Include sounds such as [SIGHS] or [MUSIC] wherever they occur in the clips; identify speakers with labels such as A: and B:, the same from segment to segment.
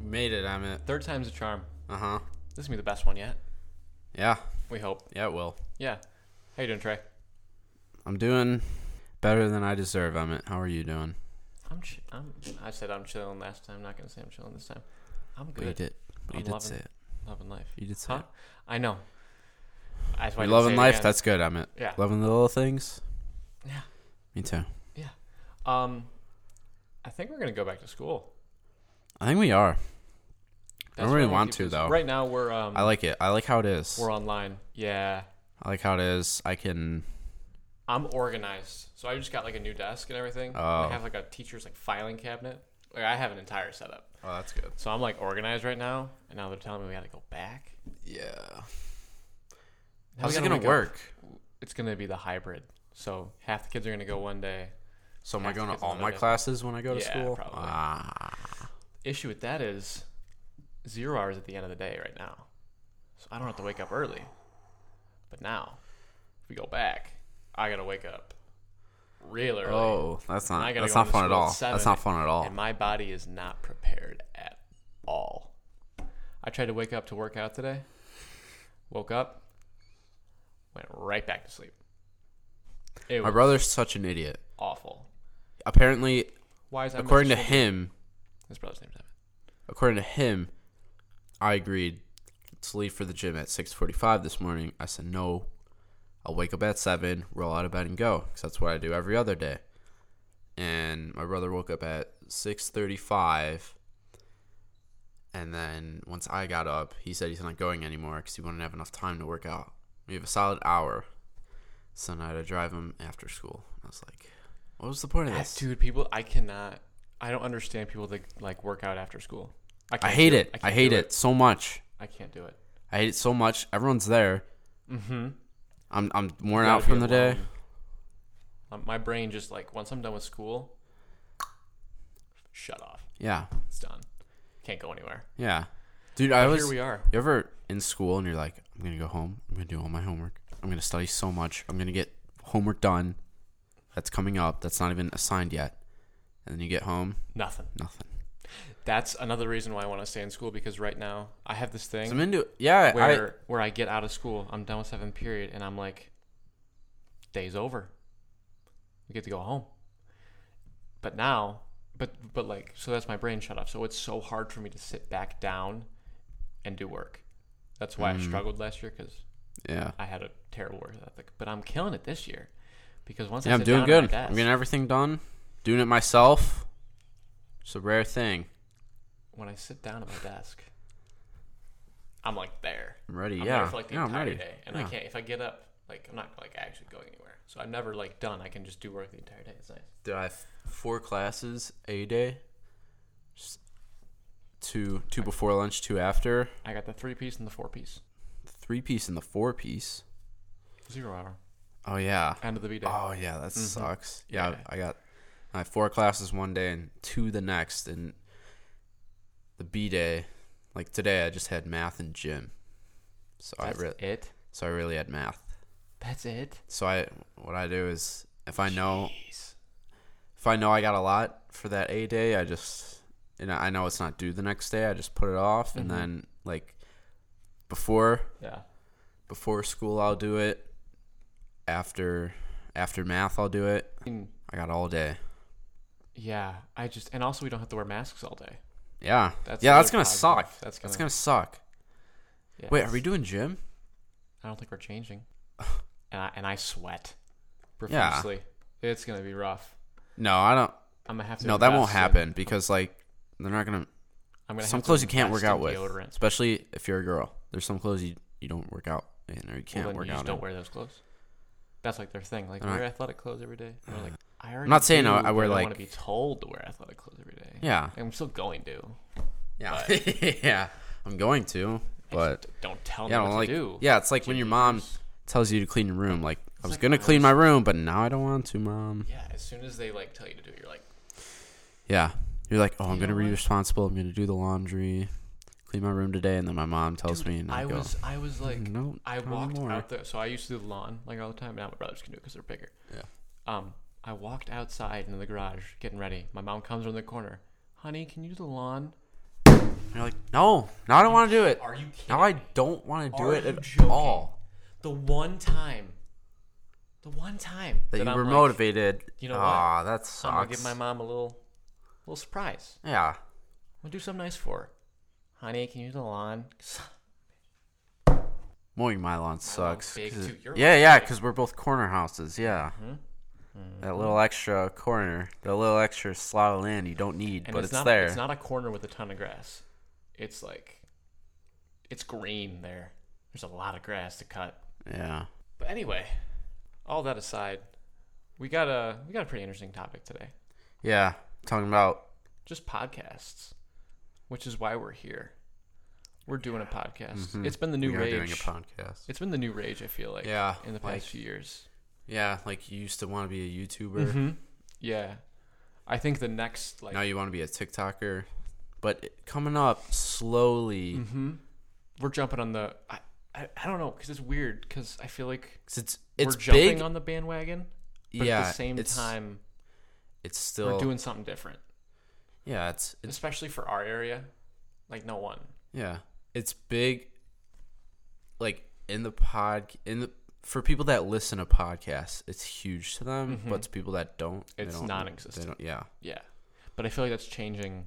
A: time it.
B: Third time's a charm.
A: Uh huh.
B: This is gonna be the best one yet.
A: Yeah.
B: We hope.
A: Yeah, it will.
B: Yeah. How you doing, Trey?
A: I'm doing better than I deserve, Emmett. How are you doing?
B: I'm. Ch- I'm. I said I'm chilling last time. not gonna say I'm chilling this time. I'm
A: But you
B: good.
A: did. But you
B: I'm
A: did
B: loving-
A: say it.
B: Loving life.
A: You did say
B: Huh? I know. That's why
A: it.
B: I
A: You're
B: didn't say
A: loving
B: it
A: life.
B: again.
A: That's good, Emmett.
B: yeah.
A: Loving the little things.
B: Yeah.
A: Me too.
B: Um, I think we're gonna go back to school.
A: I think we are. don't
B: where
A: really
B: we'll
A: want
B: keep
A: to,
B: this.
A: though.
B: Right now we're um
A: I like it. I like how it is.
B: we're online. Yeah,
A: I like how it is. I can.
B: I'm organized. So I just got like a new desk and everything. And I
A: Oh.
B: have like a teacher's like filing cabinet. Like I have an entire setup.
A: Oh, that's good.
B: So I'm like organized right now. And now they're telling me we gotta go back.
A: Yeah.
B: How
A: How's
B: we
A: it
B: gonna
A: gonna
B: make up?
A: work?
B: It's gonna be the hybrid. So half the kids are gonna go one day.
A: So am I
B: Half the
A: going to
B: kids in
A: all
B: the
A: my
B: day.
A: classes when I go to
B: Yeah,
A: school?
B: probably.
A: Ah.
B: Issue with that is zero hours at the end of the day right now. So I don't have to wake up early. But now, if we go back, I gotta wake up real early.
A: Oh, that's
B: And I
A: not
B: gotta
A: that's
B: go
A: not
B: into
A: fun at
B: school at
A: all.
B: seven,
A: That's not fun at all.
B: and my body is not prepared at all. I tried to wake up to work out today. Woke up, went right back to sleep. It
A: My
B: was
A: brother's such an idiot.
B: awful.
A: Apparently,
B: Why is that?
A: according to
B: his,
A: him,
B: his brother's name? Evan.
A: according to him, I agreed to leave for the gym at 6:45 this morning. I said no. I'll wake up at 7, roll out of bed and go cuz that's what I do every other day. And my brother woke up at 6:35 and then once I got up, he said he's not going anymore cuz he wouldn't have enough time to work out. We have a solid hour. So now I had to drive him after school. I was like, what was the point of this?
B: Dude, people, I cannot. I don't understand people that like work out after school.
A: I
B: can't
A: hate
B: do
A: it. I,
B: can't
A: hate
B: do
A: it. so much.
B: I can't do it.
A: I hate it so much. Everyone's there.
B: Mm-hmm.
A: I'm I'm worn
B: gotta
A: out from
B: be
A: the day.
B: alone. Um, My brain just like once I'm done with school, shut off.
A: Yeah,
B: It's done. Can't go anywhere.
A: yeah, dude. I
B: But
A: was.
B: here
A: You
B: we are.
A: ever in school and you're like, I'm gonna go home. I'm gonna do all my homework. I'm gonna study so much. I'm gonna get homework done. That's coming up. That's not even assigned yet. And then you get home,
B: Nothing.
A: nothing.
B: That's another reason why I want to stay in school because right now I have this
A: So
B: thing
A: I'm into yeah. I,
B: where where I get out of school, I'm done with seventh period, and I'm like, day's over. We get to go home. But now, but but like, so that's my brain shut off. So it's so hard for me to sit back down and do work. That's why I
A: Mm.
B: struggled last year because
A: yeah.
B: I had a terrible work ethic. But I'm killing it this year because once
A: Yeah,
B: I
A: I'm
B: sit
A: doing
B: down at my
A: good. I'm
B: desk-
A: getting everything done. Doing it myself. It's a rare thing.
B: when I sit down at my desk, I'm like there.
A: I'm ready.
B: I'm
A: yeah.
B: there for like the
A: yeah, I'm
B: entire
A: ready.
B: day, and I
A: Yeah.
B: can't if I get up like I'm not like actually going anywhere. So I'm never like done. I can just do work the entire day. It's nice.
A: Did I have four classes a day? Just two two before lunch, two after.
B: I got the three piece and the four piece.
A: Three piece and the four piece.
B: Zero hour.
A: Oh yeah.
B: End of the B day.
A: Oh yeah, that sucks. Yeah,
B: Yeah.
A: I got I had four classes one day and two the next and the B day, like today I just had math and gym. So
B: That's
A: I really
B: it.
A: so I really had math.
B: That's it.
A: So I what I do is if I know
B: Jeez.
A: if I know I got a lot for that A day, I just and I know it's not due the next day, I just put it off and
B: Mhm.
A: then like before
B: Yeah.
A: before school I'll do it. After after math I'll do it.
B: I mean,
A: I got all day.
B: yeah. I just and also we don't have to wear masks all day.
A: Yeah.
B: That's
A: yeah, that's
B: another
A: gonna
B: positive.
A: suck.
B: That's gonna.
A: That's gonna suck.
B: yeah,
A: Wait, are
B: it's-
A: we doing gym?
B: I don't think we're
A: [LAUGHS]
B: changing. and I and I sweat profusely. It's gonna be rough.
A: No, I don't
B: I'm gonna have to.
A: no, that won't
B: invest in-
A: happen because like they're not gonna
B: I'm gonna
A: some
B: have to
A: clothes you can't work
B: invest in
A: out with.
B: Deodorant.
A: Especially if you're a girl. There's some clothes you, you don't work out in or you can't
B: well, then
A: work
B: you
A: out
B: just
A: in.
B: don't wear those clothes. That's like their thing. Like
A: And I-
B: wear athletic clothes every day. And
A: [SIGHS]
B: I'm like, I already
A: not saying
B: do,
A: I- I
B: but
A: wear,
B: don't
A: like-
B: want to be told to wear athletic clothes every day.
A: yeah.
B: I'm still going to.
A: Yeah, yeah. [LAUGHS] I'm going to,
B: I
A: but
B: just don't tell me
A: yeah, I
B: what
A: don't
B: to
A: like.
B: do.
A: Yeah, it's like when your mom
B: Jeepers.
A: tells you to clean your room. Like I
B: It's
A: was
B: like
A: gonna
B: my
A: clean my room, but now I don't want to, mom.
B: Yeah, as soon as they like tell you to do it, you're like,
A: Yeah, you're like, oh, I'm
B: You
A: gonna
B: know
A: be
B: what?
A: responsible. I'm gonna do the laundry, clean my room today, and then my mom tells
B: Dude,
A: me, and I,
B: I
A: go,
B: was, I was like,
A: no,
B: I
A: not
B: walked
A: anymore."
B: out there. So I used to do the lawn like all the time. Now my brothers can do it because they're bigger.
A: Yeah.
B: Um, I walked outside into the garage getting ready. My mom comes around the corner. Honey, can you do the lawn?
A: You're like, No, now I don't want to do it.
B: Are you kidding?
A: Now I
B: me?
A: don't want to do
B: Are
A: it
B: you
A: at
B: joking?
A: all.
B: The one time. The one time
A: That you
B: I'm
A: were
B: like,
A: motivated.
B: you know what?
A: Aw, that
B: I'm gonna
A: sucks.
B: give my mom a little, little surprise.
A: yeah.
B: I'm gonna do something nice for her. Honey, can you do the lawn?
A: Mowing my lawn sucks.
B: Oh, big
A: 'cause
B: too.
A: it-
B: Your
A: yeah,
B: lawn's
A: yeah,
B: big.
A: because we're both corner houses. Yeah.
B: Mm-hmm.
A: That little extra corner, that little extra slot of land you don't need,
B: And
A: but
B: it's,
A: it's,
B: not,
A: there.
B: It's not a corner with a ton of grass. It's like, it's green there. There's a lot of grass to cut.
A: yeah.
B: But anyway, all that aside, we got a we got a pretty interesting topic today.
A: Yeah. Talking about
B: Just podcasts, which is why we're here. We're doing a podcast. It's been the new
A: Mm-hmm. we are doing a
B: rage.
A: podcast.
B: It's been the new rage. I feel like
A: Yeah,
B: in the past
A: like-
B: few years.
A: Yeah, like you used to want to be a YouTuber.
B: Mm-hmm. Yeah, I think the next like
A: Now you want to be a TikToker. But it- coming up slowly,
B: Mm.
A: because
B: Mm-hmm. we're jumping on the I I, I don't know because it's weird because I feel like
A: it's it's
B: we're jumping
A: big.
B: on the bandwagon, but
A: yeah,
B: at the same
A: it's,
B: time
A: it's
B: we're
A: still
B: doing something different,
A: yeah, it's it's
B: especially for our area. Like no one.
A: yeah, it's big. Like in the pod, in the for people that listen to podcasts, it's huge to them. But to people that don't, they
B: Mm-hmm. It's
A: don't- they
B: non-existent.
A: don't- yeah,
B: Yeah, but I feel like that's changing.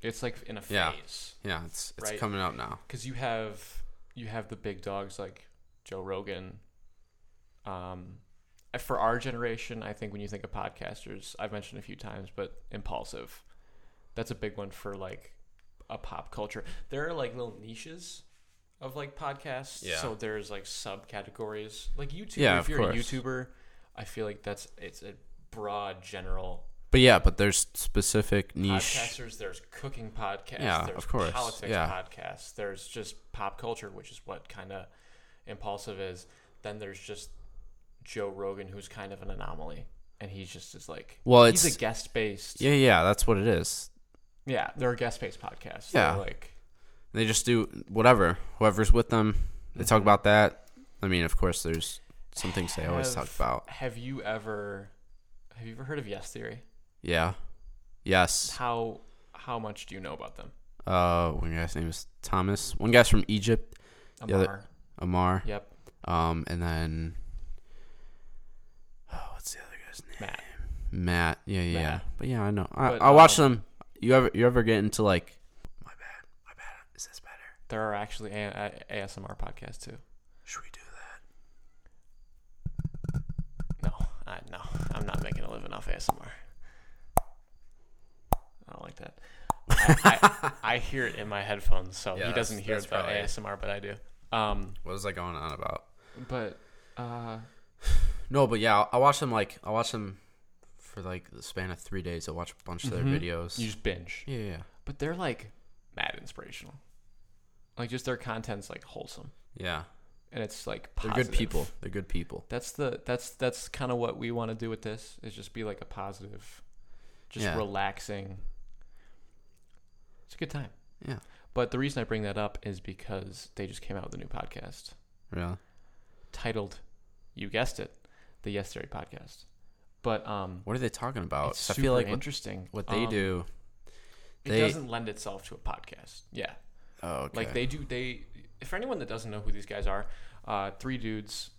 B: It's like in a
A: Yeah.
B: phase
A: yeah, it's it's
B: Right.
A: coming out now.
B: because you have you have the big dogs like Joe Rogan. Um, uh, for our generation, I think when you think of podcasters, I've mentioned a few times, but impulsive. That's a big one for like a pop culture. There are like little niches of like podcasts.
A: Yeah.
B: So there's like subcategories like YouTube.
A: Yeah,
B: if
A: of
B: you're a
A: course.
B: YouTuber, I feel like that's it's a broad general
A: But yeah, but there's specific niche.
B: podcasters. There's cooking podcasts.
A: Yeah,
B: there's
A: of course,
B: Politics
A: yeah.
B: podcasts. There's just pop culture, which is what kind of impulsive is. Then there's just Joe Rogan, who's kind of an anomaly, and he's just is like,
A: Well,
B: he's
A: it's-
B: a guest based. Yeah.
A: Yeah, yeah, that's what it is.
B: they're guest based podcasts.
A: Yeah.
B: They're like
A: They just do whatever. Whoever's with them, they talk
B: Mm-hmm.
A: about that. I mean, of course, there's some things they always talk
B: have-
A: about.
B: Have you ever have you ever heard of Yes Theory?
A: Yeah. Yes.
B: How how much do you know about them?
A: Uh, one guy's name is Thomas. One guy's from Egypt, Yeah,
B: Amar.
A: the- Amar.
B: yep.
A: Um, and then oh, what's the other guy's name?
B: Matt.
A: Matt. Yeah, yeah. yeah.
B: Matt.
A: But um, yeah, I know. I
B: But,
A: I watch them. You ever you ever get into like? My bad. My bad. Is this better?
B: There are actually a- a- ASMR podcasts too.
A: Should we do that?
B: No, I no, I'm not making a living off ASMR. I don't like that. I, I, I hear it in my headphones, so
A: Yeah,
B: he
A: that's-
B: doesn't hear
A: that's
B: the
A: probably it.
B: ASMR, but I do. Um,
A: What is that going on about?
B: but uh,
A: No, but yeah, I watch them like I watch them for like the span of three days. I watch a bunch of their
B: Mhm.
A: videos.
B: you just binge.
A: yeah, yeah,
B: But they're like mad inspirational. Like just their content's like wholesome,
A: yeah.
B: and it's like
A: They're
B: positive.
A: good people. They're good people.
B: That's the that's that's kind of what we want to do with this is just be like a positive, just
A: Yeah.
B: relaxing. It's a good time.
A: Yeah.
B: But the reason I bring that up is because they just came out with a new podcast
A: Really?
B: titled, you guessed it, the Yesterday Podcast. But um,
A: What are they talking about?
B: it's
A: I
B: super
A: feel like what,
B: interesting.
A: what they
B: Um,
A: do.
B: it
A: they-
B: doesn't lend itself to a podcast. Yeah,
A: Oh, okay.
B: like they do. They for anyone that doesn't know who these guys are, uh, three dudes,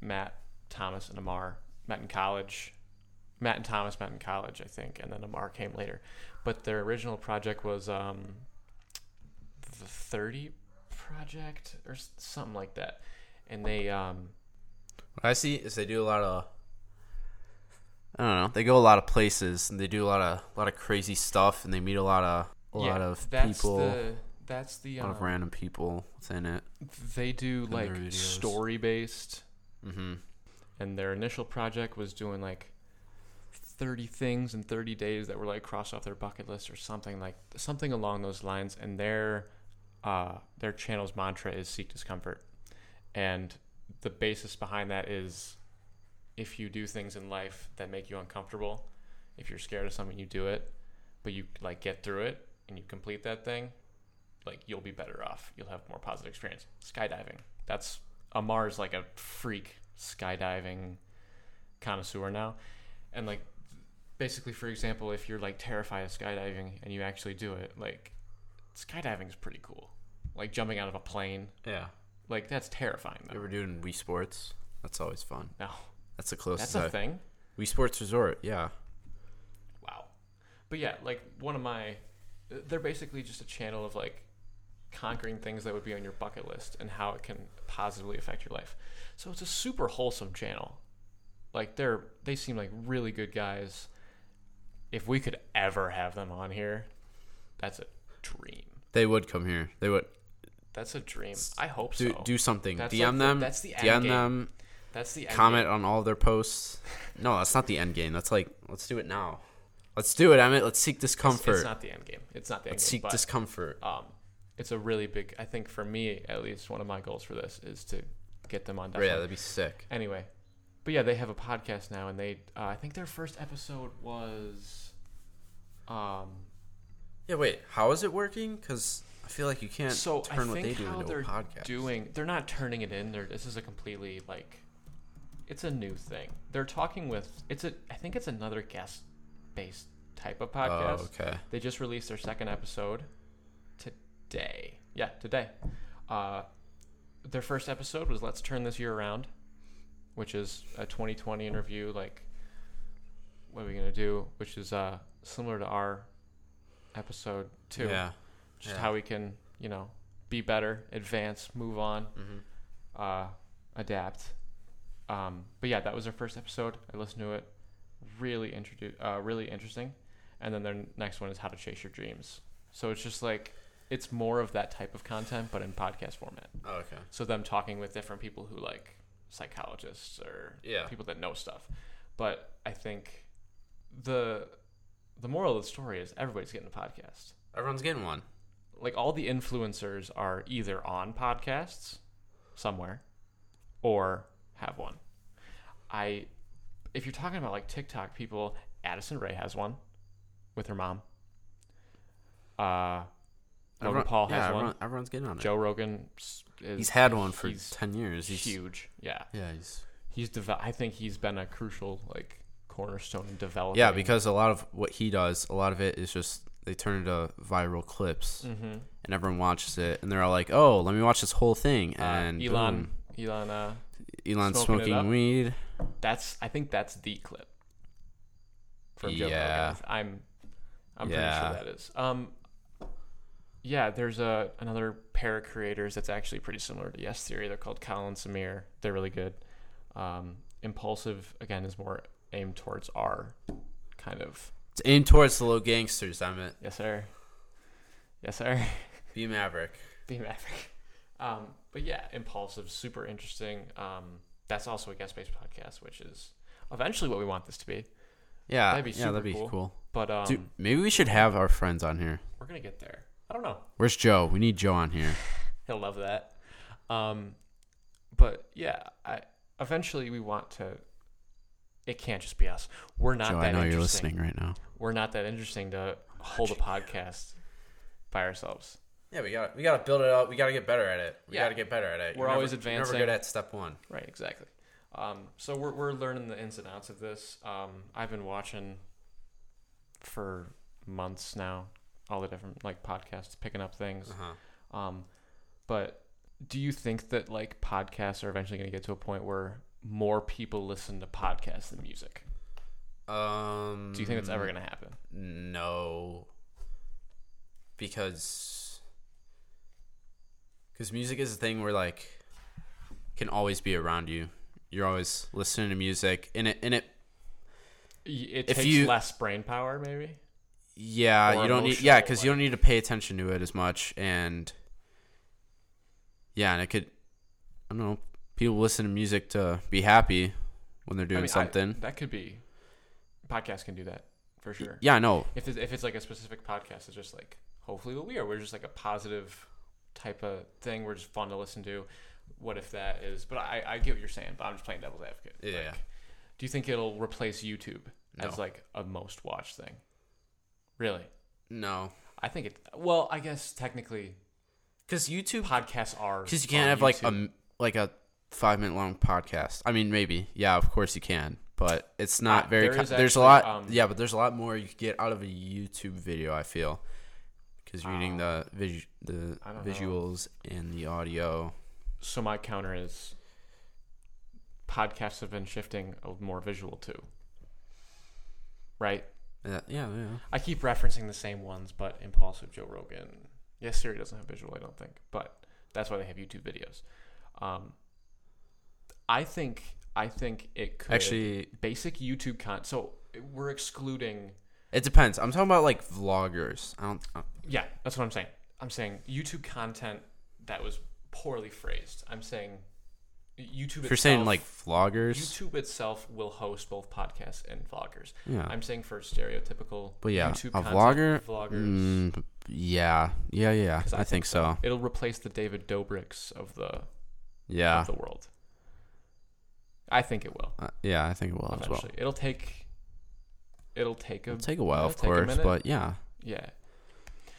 B: Matt, Thomas, and Amar met in college. Matt and Thomas met in college, I think, and then Amar came later. But their original project was um, the 30 project or s- something like that. And they, um,
A: what I see is they do a lot of. I don't know. They go a lot of places and they do a lot of a lot of crazy stuff and they meet a lot of a
B: yeah,
A: lot of
B: that's
A: people,
B: The, that's the
A: a lot of
B: um,
A: random people within it.
B: they do
A: their
B: like
A: videos.
B: story based
A: Mm-hmm.
B: and their initial project was doing like 30 things in 30 days that were like crossed off their bucket list or something like something along those lines and their uh, their channel's mantra is seek discomfort and the basis behind that is if you do things in life that make you uncomfortable if you're scared of something you do it but you like get through it and you complete that thing like you'll be better off you'll have more positive experience skydiving that's amar's like a freak skydiving connoisseur now and like basically for example if you're like terrified of skydiving and you actually do it like skydiving is pretty cool. Like jumping out of a plane,
A: Yeah.
B: like that's terrifying
A: You
B: though.
A: ever doing Wii Sports? That's always fun.
B: No,
A: That's the closest.
B: that's a
A: I-
B: thing.
A: Wii Sports Resort. Yeah.
B: Wow. But yeah, like one of my, they're basically just a channel of like conquering things that would be on your bucket list and how it can positively affect your life. So it's a super wholesome channel. Like they're they seem like really good guys. If we could ever have them on here, that's a dream.
A: They would come here. They would
B: That's a dream. I hope
A: do
B: so.
A: do something.
B: That's
A: DM
B: like the-
A: them.
B: that's the end
A: DM
B: game.
A: them.
B: that's the end
A: Comment on all
B: [LAUGHS]
A: their posts. No, that's not the end game. That's like let's do it now. Let's do it, Emmett. Let's seek
B: game. It's,
A: discomfort.
B: not the end game. It's not the end
A: let's
B: game.
A: seek
B: but-
A: discomfort.
B: um, it's a really big. I think for me, at least, one of my goals for this is to get them on.
A: Yeah,
B: Definitely.
A: that'd be sick.
B: Anyway, but yeah, they have a podcast now, and they. Uh, I think their first episode was. Um.
A: Yeah, wait. How is it working? Because I feel like you can't
B: So I
A: turn what they
B: think
A: do
B: how
A: into a
B: they're
A: podcast.
B: doing. They're not turning it in. They're. This is a completely like. It's a new thing. They're talking with. It's a. I think it's another guest-based type of podcast.
A: Oh, okay.
B: They just released their second episode today. Yeah, today. Uh, their first episode was "Let's Turn This Year Around," which is a 2020 interview. Like, what are we gonna do? Which is uh, similar to our episode two,
A: Yeah.
B: just
A: yeah.
B: how we can, you know, be better, advance, move on,
A: Mm-hmm.
B: uh, adapt. Um, but yeah, that was their first episode. I listened to it. Really introdu- uh, really interesting. And then their n- next one is how to chase your dreams. So it's just like it's more of that type of content, but in podcast format.
A: Oh, okay.
B: So them talking with different people who like psychologists or
A: Yeah.
B: people that know stuff. But I think the the moral of the story is everybody's getting a podcast.
A: Everyone's getting one.
B: Like all the influencers are either on podcasts somewhere or have one. I if you're talking about like TikTok people, Addison Ray has one with her mom. Uh Logan
A: Everyone-
B: Paul has
A: yeah,
B: one.
A: everyone- everyone's getting on it.
B: Joe Rogan s- is
A: he's had one for
B: he's
A: ten years. He's,
B: huge. Yeah.
A: Yeah, he's
B: He's devel- I think he's been a crucial like cornerstone in developing.
A: yeah because a lot of what he does, a lot of it is just they turn into viral clips,
B: Mhm.
A: and everyone watches it, and they're all like, "Oh, let me watch this whole thing."
B: Uh,
A: And
B: Elon Elon uh,
A: boom, Elon
B: smoking it
A: smoking,
B: up.
A: weed.
B: that's I think that's the clip from Joe
A: Yeah.
B: Rogan. I'm I'm
A: Yeah.
B: pretty sure that is. Um yeah, there's a another pair of creators that's actually pretty similar to Yes Theory. They're called Colin and Samir. They're really good. Um, Impulsive again is more aimed towards our kind of
A: It's aimed towards the low gangsters. I'm it.
B: yes sir, yes sir. [LAUGHS]
A: Be Maverick.
B: Be Maverick. Um, but yeah, impulsive, super interesting. Um, that's also a guest-based podcast, which is eventually what we want this to be.
A: Yeah,
B: That'd be
A: yeah,
B: super
A: that'd be
B: cool.
A: cool.
B: But um,
A: Dude, maybe we should have our friends on here.
B: we're gonna get there. I don't know.
A: Where's Joe? We need Joe on here.
B: He'll love that. Um, but yeah, I eventually we want to. It can't just be us. We're not
A: Joe,
B: that
A: I know you're
B: interesting.
A: listening right now.
B: We're not that interesting to hold
A: [LAUGHS]
B: a podcast by ourselves.
A: Yeah, we got we got to build it up. We got to get better at it.
B: We Yeah. gotta
A: get better at it.
B: We're You're always never- you're never advancing. good
A: at step one.
B: Right, exactly. Um, so we're, we're learning the ins and outs of this. Um, I've been watching for months now, all the different like podcasts, picking up things.
A: Uh-huh.
B: Um, but do you think that like podcasts are eventually going to get to a point where more people listen to podcasts than music?
A: Um,
B: Do you think that's ever going to happen?
A: No, because because music is a thing where like can always be around you. You're always listening to music, and it and it
B: Y- It
A: If
B: takes
A: you-
B: less brain power, maybe.
A: yeah
B: Or
A: you don't need yeah
B: emotional,
A: because you
B: like-
A: don't need to pay attention to it as much, and yeah, and it could I don't know people listen to music to be happy when they're doing
B: I mean, I-
A: something.
B: that could be. Podcasts can do that for sure.
A: Yeah, no,
B: if it's, if it's like a specific podcast, it's just like hopefully what we are. We're just like a positive type of thing. We're just fun to listen to. What if that is? But I, I get what you're saying. But I'm just playing devil's advocate. Like,
A: Yeah.
B: do you think it'll replace YouTube
A: No.
B: as like a most watched thing? Really?
A: no,
B: I think it. Well, I guess technically
A: because YouTube
B: podcasts are
A: Because you can't
B: on
A: have like
B: YouTube.
A: a m- like a five minute long podcast. I mean, maybe yeah, of course you can, but it's not
B: Uh,
A: very.
B: there
A: co-
B: is
A: there's a
B: actually,
A: lot,
B: um,
A: yeah, but there's a lot more you could get out of a YouTube video. I feel is reading the vis- the
B: Ah. I don't know.
A: visuals and the audio.
B: So my counter is podcasts have been shifting of more visual too. Right?
A: Yeah, yeah, yeah.
B: I keep referencing the same ones, but Impulsive Joe Rogan. Yes, Siri doesn't have visual, I don't think, but that's why they have YouTube videos. Um, I think I think it could
A: Actually,
B: basic YouTube content. So we're excluding.
A: it depends. I'm talking about like vloggers. I don't. Uh,
B: Yeah, that's what I'm saying. I'm saying YouTube content that was poorly phrased. I'm saying YouTube.
A: if you're saying
B: itself-
A: like vloggers,
B: YouTube itself will host both podcasts and vloggers.
A: yeah.
B: I'm saying for stereotypical
A: Oh. but yeah,
B: YouTube
A: a
B: content,
A: vlogger.
B: vloggers,
A: Mm, yeah, yeah, yeah.
B: 'Cause I
A: I, think so.
B: it'll replace the David Dobrik's of the
A: Yeah,
B: of the world. I think it will
A: uh, yeah. I think it will as
B: eventually.
A: well.
B: It'll take. It'll take a
A: It'll take a while,
B: It'll
A: of
B: take a
A: course,
B: minute.
A: but yeah.
B: yeah.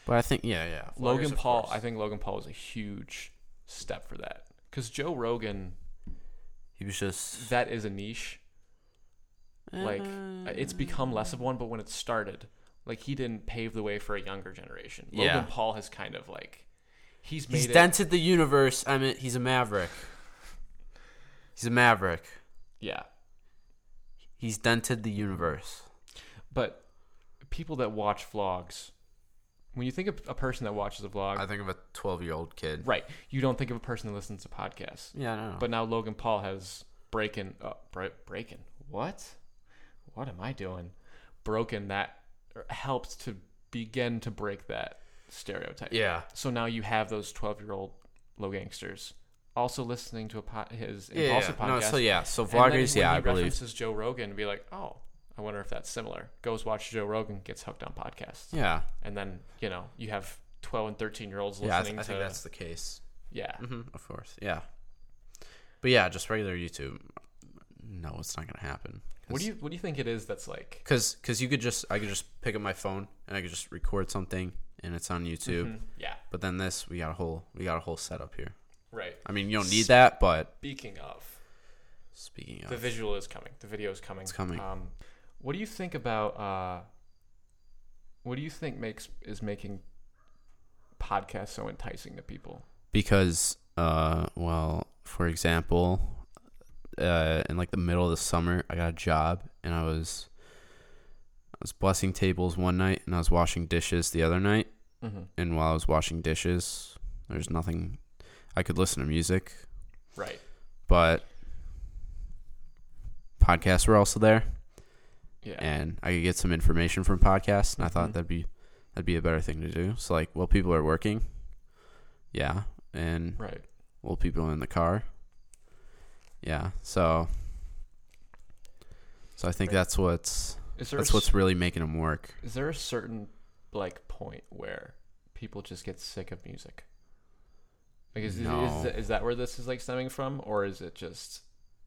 A: But I think yeah, yeah. vloggers,
B: Logan
A: of
B: Paul,
A: course.
B: I think Logan Paul was a huge step for that because Joe Rogan,
A: he was just Eh.
B: that is a niche. like, uh, It's
A: Uh.
B: become less of one, but when it started, like he didn't pave the way for a younger generation. Logan
A: Yeah.
B: Paul has kind of like he's made
A: He's
B: it.
A: dented the universe. I mean, he's a maverick. He's a maverick.
B: yeah,
A: He's dented the universe.
B: but people that watch vlogs, when you think of a person that watches a vlog,
A: I think of a 12 year old kid.
B: right? You don't think of a person that listens to podcasts.
A: Yeah, I know.
B: But now Logan Paul has breaking, uh, bre- breaking. What? What am I doing? Broken that, or helped to begin to break that stereotype.
A: yeah,
B: So now you have those twelve-year-old low gangsters also listening to a pod, his
A: yeah, yeah.
B: impulsive podcast.
A: No, so yeah, so
B: And then
A: vloggers,
B: when
A: yeah,
B: he
A: I believe.
B: references Joe Rogan, be like, oh, I wonder if that's similar. Goes watch Joe Rogan, gets hooked on podcasts,
A: Yeah,
B: and then you know you have twelve and thirteen-year-olds
A: yeah, I,
B: listening
A: th-
B: to
A: I
B: Mm-hmm.
A: think that's the case.
B: yeah.
A: hmm of course, yeah. But yeah, just regular YouTube. No, it's not gonna happen.
B: What do you what do you think it is that's like?
A: Because because you could just I could just pick up my phone and I could just record something and it's on YouTube.
B: Mhm. Yeah,
A: But then this we got a whole we got a whole setup here.
B: right.
A: I mean, you don't need that, but
B: Speaking of,
A: speaking of
B: the visual is coming. The video is coming.
A: It's coming.
B: Um, what do you think about? Uh, what do you think makes is making podcasts so enticing to people?
A: because uh well for example uh in like the middle of the summer i got a job and i was i was blessing tables one night and i was washing dishes the other night
B: Mm-hmm.
A: and while i was washing dishes there's nothing i could listen to music
B: Right.
A: but podcasts were also there
B: Yeah.
A: and i could get some information from podcasts and i thought
B: Mhm.
A: that'd be that'd be a better thing to do so like well people are working yeah and
B: right.
A: well people in the car yeah so so i think
B: Right.
A: that's what's
B: Is there a
A: that's what's really making them work
B: Is there a certain like point where people just get sick of music? Like is,
A: No.
B: is, is that where this is like stemming from, or is it just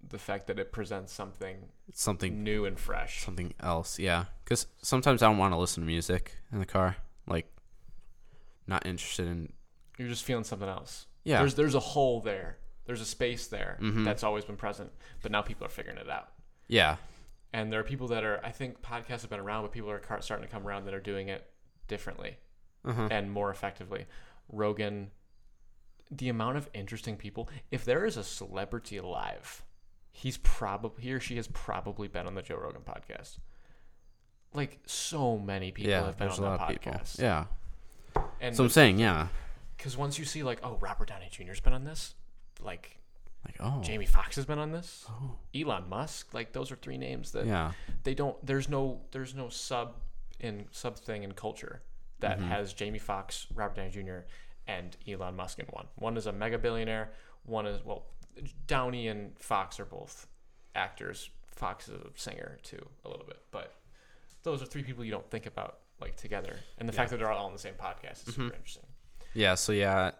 B: the fact that it presents something
A: it's something
B: new and fresh?
A: something else yeah because sometimes i don't want to listen to music in the car like not interested in
B: You're just feeling something else.
A: yeah
B: There's there's a hole there. There's a space there
A: Mhm.
B: that's always been present, but now people are figuring it out.
A: yeah
B: And there are people that are I think podcasts have been around, but people are car- starting to come around that are doing it differently.
A: uh-huh.
B: and more effectively. Rogan, the amount of interesting people. If there is a celebrity alive, he's probably he or she has probably been on the Joe Rogan podcast. Like so many people
A: yeah
B: have been
A: there's
B: on
A: a
B: that
A: lot of people
B: podcast.
A: yeah
B: And
A: so i'm saying yeah
B: because once you see like, oh, Robert Downey Jr.'s been on this, like
A: like oh
B: Jamie Foxx has been on this,
A: oh
B: Elon Musk, like those are three names that
A: yeah
B: they don't there's no there's no sub in sub thing in culture that
A: Mm-hmm.
B: has Jamie Foxx, Robert Downey Jr. and Elon Musk in one. One is a mega billionaire, one is well Downey and Fox are both actors. Fox is a singer too a little bit, but those are three people you don't think about like together. And the fact that they're all on the same podcast is
A: Mm-hmm.
B: super interesting.
A: yeah so yeah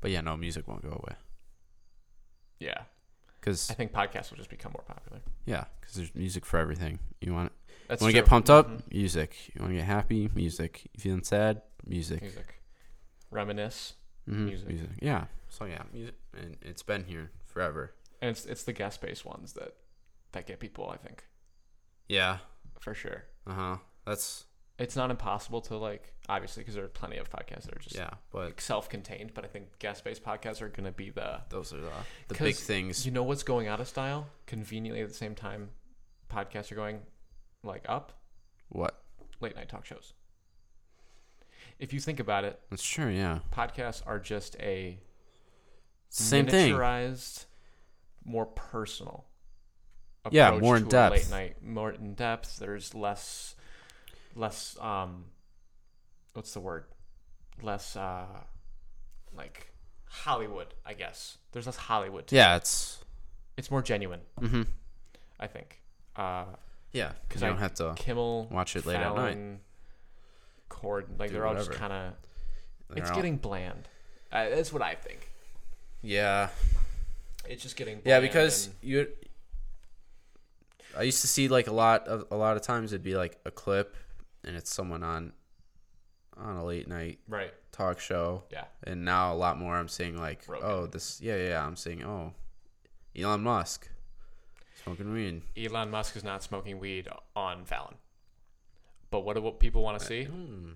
A: but yeah no music won't go away
B: Yeah.
A: because
B: I think podcasts will just become more popular.
A: yeah because there's music for everything you want
B: That's
A: you want to
B: true.
A: get pumped up?
B: Mhm.
A: Music. You want to get happy? Music. You feeling sad? Music.
B: Music. Reminisce.
A: Mhm,
B: Music.
A: Yeah. So yeah, music, and it's been here forever.
B: And it's it's the guest based ones that that get people, I think.
A: Yeah.
B: For sure.
A: Uh huh. That's
B: It's not impossible to like obviously because there are plenty of podcasts that are just
A: Yeah, but
B: like self-contained, but I think guest-based podcasts are going to be the
A: those are the, the big
B: 'Cause
A: things.
B: you know what's going out of style. Conveniently at the same time, podcasts are going like up.
A: what?
B: Late night talk shows. If you think about it,
A: That's true. Yeah.
B: podcasts are just a
A: Same thing.
B: miniaturized, more personal.
A: Yeah,
B: approach
A: more in
B: to a
A: depth.
B: Late night, more in depth. There's less, less. Um, what's the word? Less, uh, like Hollywood, I guess. There's less Hollywood. to it.
A: Yeah, it's.
B: It's more genuine,
A: Mm-hmm.
B: I think. Uh,
A: Yeah, because
B: 'Cause
A: you
B: I-
A: don't have to.
B: Kimmel,
A: Watch it late at night.
B: Fallon, Cord, like
A: Do
B: they're all just
A: whatever.
B: kind of.
A: they're
B: It's
A: all-
B: getting bland. Uh, that's what I think.
A: Yeah.
B: It's just getting.
A: Yeah,
B: bland
A: because
B: and-
A: you. I used to see like a lot of a lot of times it'd be like a clip, and it's someone on, on a late night
B: right,
A: talk show,
B: yeah,
A: and now a lot more I'm seeing like,
B: Rogan.
A: oh, this, yeah, yeah, yeah, I'm seeing, oh, Elon Musk, smoking weed.
B: Elon Musk is not smoking weed on Fallon. But what do what people want to see?
A: Hmm,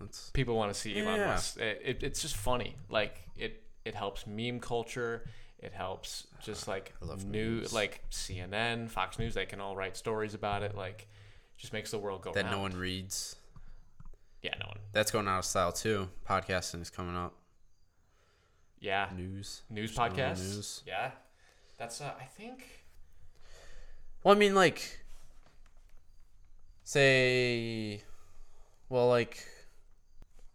A: that's
B: People want to see Elon
A: Yeah.
B: Musk. It, it, it's just funny. Like it, it helps meme culture. It helps just like
A: I love
B: new,
A: memes.
B: like CNN, Fox News. They can all write stories about it. Like, just makes the world go
A: that
B: round.
A: no one reads.
B: Yeah, no one.
A: That's going out of style too. Podcasting is coming up.
B: Yeah,
A: News.
B: news
A: There's no more
B: podcasts.
A: news.
B: Yeah, that's. Uh, I think.
A: Well, I mean, like, say, well, like,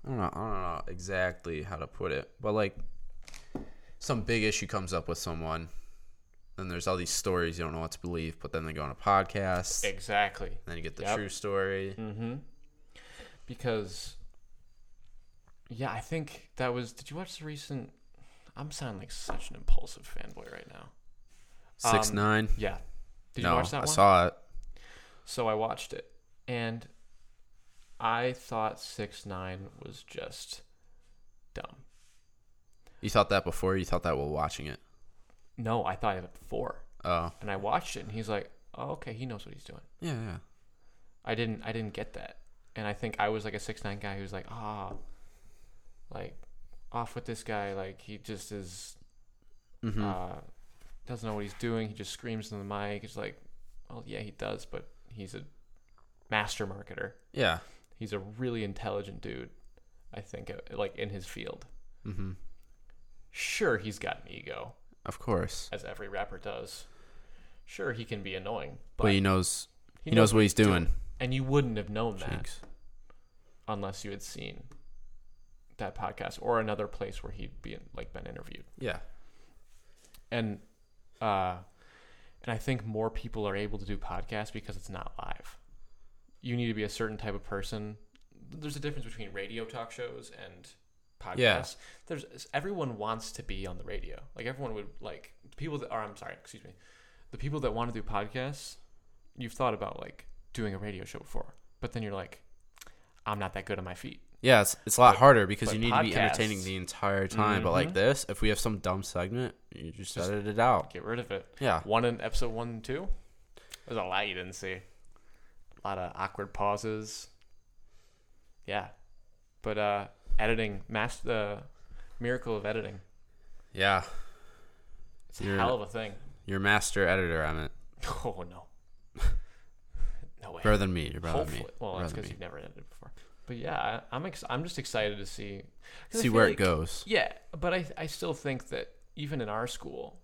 A: I don't know, I don't know exactly how to put it, but like, some big issue comes up with someone, then there's all these stories you don't know what to believe, but then they go on a podcast, and
B: Exactly.
A: then you get the
B: Yep.
A: true story.
B: Mm-hmm. Because, yeah, I think that was. Did you watch the recent? I'm sounding like such an impulsive fanboy right now.
A: Six
B: Um,
A: nine.
B: Yeah. Did
A: no,
B: you watch that
A: I
B: one?
A: saw it.
B: so I watched it, and I thought six nine was just dumb.
A: You thought that before? You thought that while watching it?
B: No, I thought of it before,
A: Oh,
B: and I watched it, and he's like, "Oh, okay, he knows what he's doing."
A: yeah, yeah.
B: I didn't I didn't get that. And I think I was like a six nine guy who's like, ah like off with this guy, like he just is
A: Mm-hmm.
B: uh doesn't know what he's doing, he just screams in the mic. It's like, well yeah he does, but he's a master marketer.
A: yeah.
B: He's a really intelligent dude, I think uh, like in his field.
A: Mm-hmm.
B: Sure he's got an ego,
A: Of course.
B: as every rapper does. Sure he can be annoying, but
A: But he knows.
B: he,
A: He, knows, what he's doing.
B: and you wouldn't have known that.
A: Jinx.
B: unless you had seen that podcast or another place where he'd be like been interviewed.
A: Yeah.
B: And uh and I think more people are able to do podcasts because it's not live. You need to be a certain type of person. There's a difference between radio talk shows and podcasts.
A: Yeah.
B: There's everyone wants to be on the radio. Like everyone would like the people that are I'm sorry, excuse me. The people that want to do podcasts, you've thought about like doing a radio show before. But then you're like I'm not that good on my feet.
A: Yeah, it's, it's a lot harder
B: but
A: because you need to be entertaining
B: podcasts-
A: the entire time. But like
B: Mhm.
A: this, if we have some dumb segment, you just,
B: Just-
A: edit it out.
B: Get rid of it.
A: Yeah.
B: One in episode one and two. There's a lot you didn't see. A lot of awkward pauses. Yeah. But uh editing, master the miracle of editing.
A: Yeah.
B: It's
A: You're-
B: a hell of a thing. [LAUGHS]
A: You're master editor, Emmett.
B: Oh no. no way.
A: Better than me. You're better
B: Hopefully.
A: than me.
B: Well, that's
A: Rather
B: because
A: me.
B: you've never edited before. But yeah, I, I'm ex- I'm just excited to see 'cause I
A: See
B: feel
A: where
B: like-
A: it goes.
B: Yeah, but I I still think that even in our school,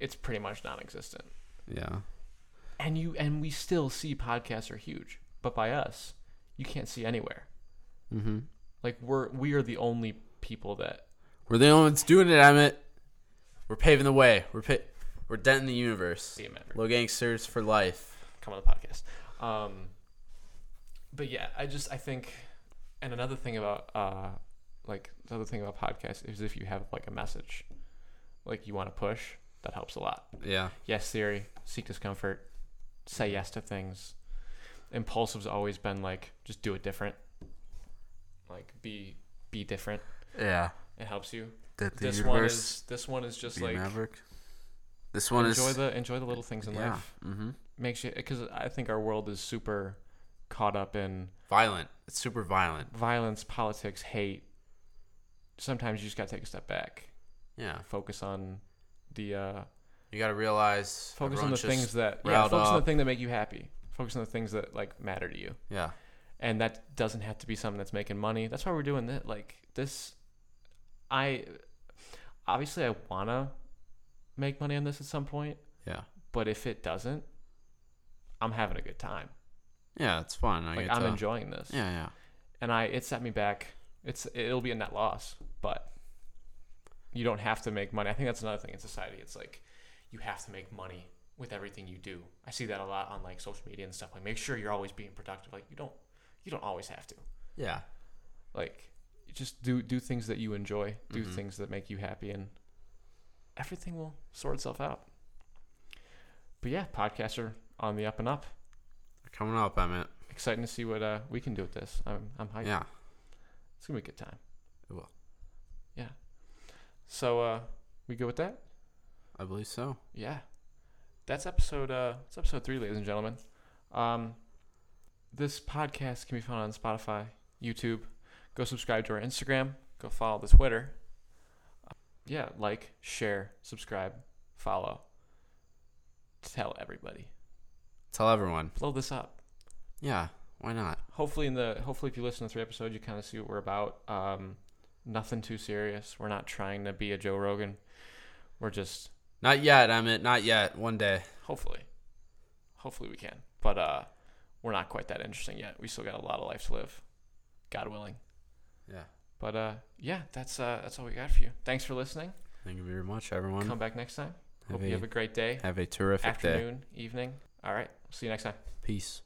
B: it's pretty much non-existent.
A: Yeah.
B: and you and we still see podcasts are huge but by us you can't see anywhere
A: Mm-hmm.
B: like we're we are the only people that
A: We're the only ones doing it, Emmett. We're paving the way. We're pi- we're denting the universe.
B: see them ever
A: Low gangsters for life.
B: come on the podcast um but yeah i just i think and another thing about uh like the other thing about podcasts is if you have like a message like you want to push that helps a lot
A: Yeah.
B: yes theory seek discomfort say yes to things impulsive's always been like just do it different like be be different
A: Yeah.
B: it helps you
A: Dent the
B: this
A: universe.
B: one is this one is just
A: be a
B: like
A: maverick. This one
B: enjoy
A: is
B: the enjoy the little things in
A: yeah.
B: life
A: Mm-hmm.
B: makes you because i think our world is super caught up in
A: Violent. It's super violent.
B: violence, politics, hate. Sometimes you just gotta take a step back,
A: Yeah.
B: focus on the uh,
A: You got to realize.
B: focus on the
A: everyone's just-
B: things that yeah,
A: riled
B: focus on
A: up.
B: the thing that make you happy. Focus on the things that like matter to you,
A: Yeah.
B: and that doesn't have to be something that's making money. That's why we're doing that. Like this, I obviously I wanna make money on this at some point,
A: Yeah.
B: but if it doesn't, I'm having a good time.
A: Yeah. It's fun. I
B: Like
A: get
B: I'm
A: to-
B: enjoying this.
A: Yeah. Yeah.
B: and I it set me back. It's it'll be a net loss, but you don't have to make money. I think that's another thing in society. It's like you have to make money with everything you do. I see that a lot on like social media and stuff. Like make sure you're always being productive. Like you don't you don't always have to.
A: Yeah.
B: Like you just do do things that you enjoy. Do
A: Mhm.
B: things that make you happy, and everything will sort itself out. But yeah, podcasts are on the up and up.
A: Coming up, Emmett.
B: Exciting to see what uh, we can do with this. I'm I'm hyped.
A: Yeah.
B: It's gonna be a good time.
A: It will.
B: Yeah. So uh we good with that?
A: I believe so.
B: Yeah. That's episode uh it's episode three, ladies and gentlemen. Um this podcast can be found on Spotify, YouTube. Go subscribe to our Instagram, go follow the Twitter. Uh, Yeah, like, share, subscribe, follow. Tell everybody.
A: Tell everyone.
B: Blow this up.
A: Yeah. Why not?
B: hopefully in the hopefully if you listen to three episodes you kind of see what we're about um nothing too serious we're not trying to be a joe rogan we're just
A: Not yet, Emmett. Not yet. One day.
B: hopefully hopefully we can but uh we're not quite that interesting yet we still got a lot of life to live god willing
A: Yeah.
B: but uh yeah that's uh that's all we got for you thanks for listening
A: Thank you very much, everyone.
B: come back next time
A: have,
B: hope
A: a,
B: you have a great day
A: have a terrific day.
B: afternoon evening all right see you next time
A: Peace.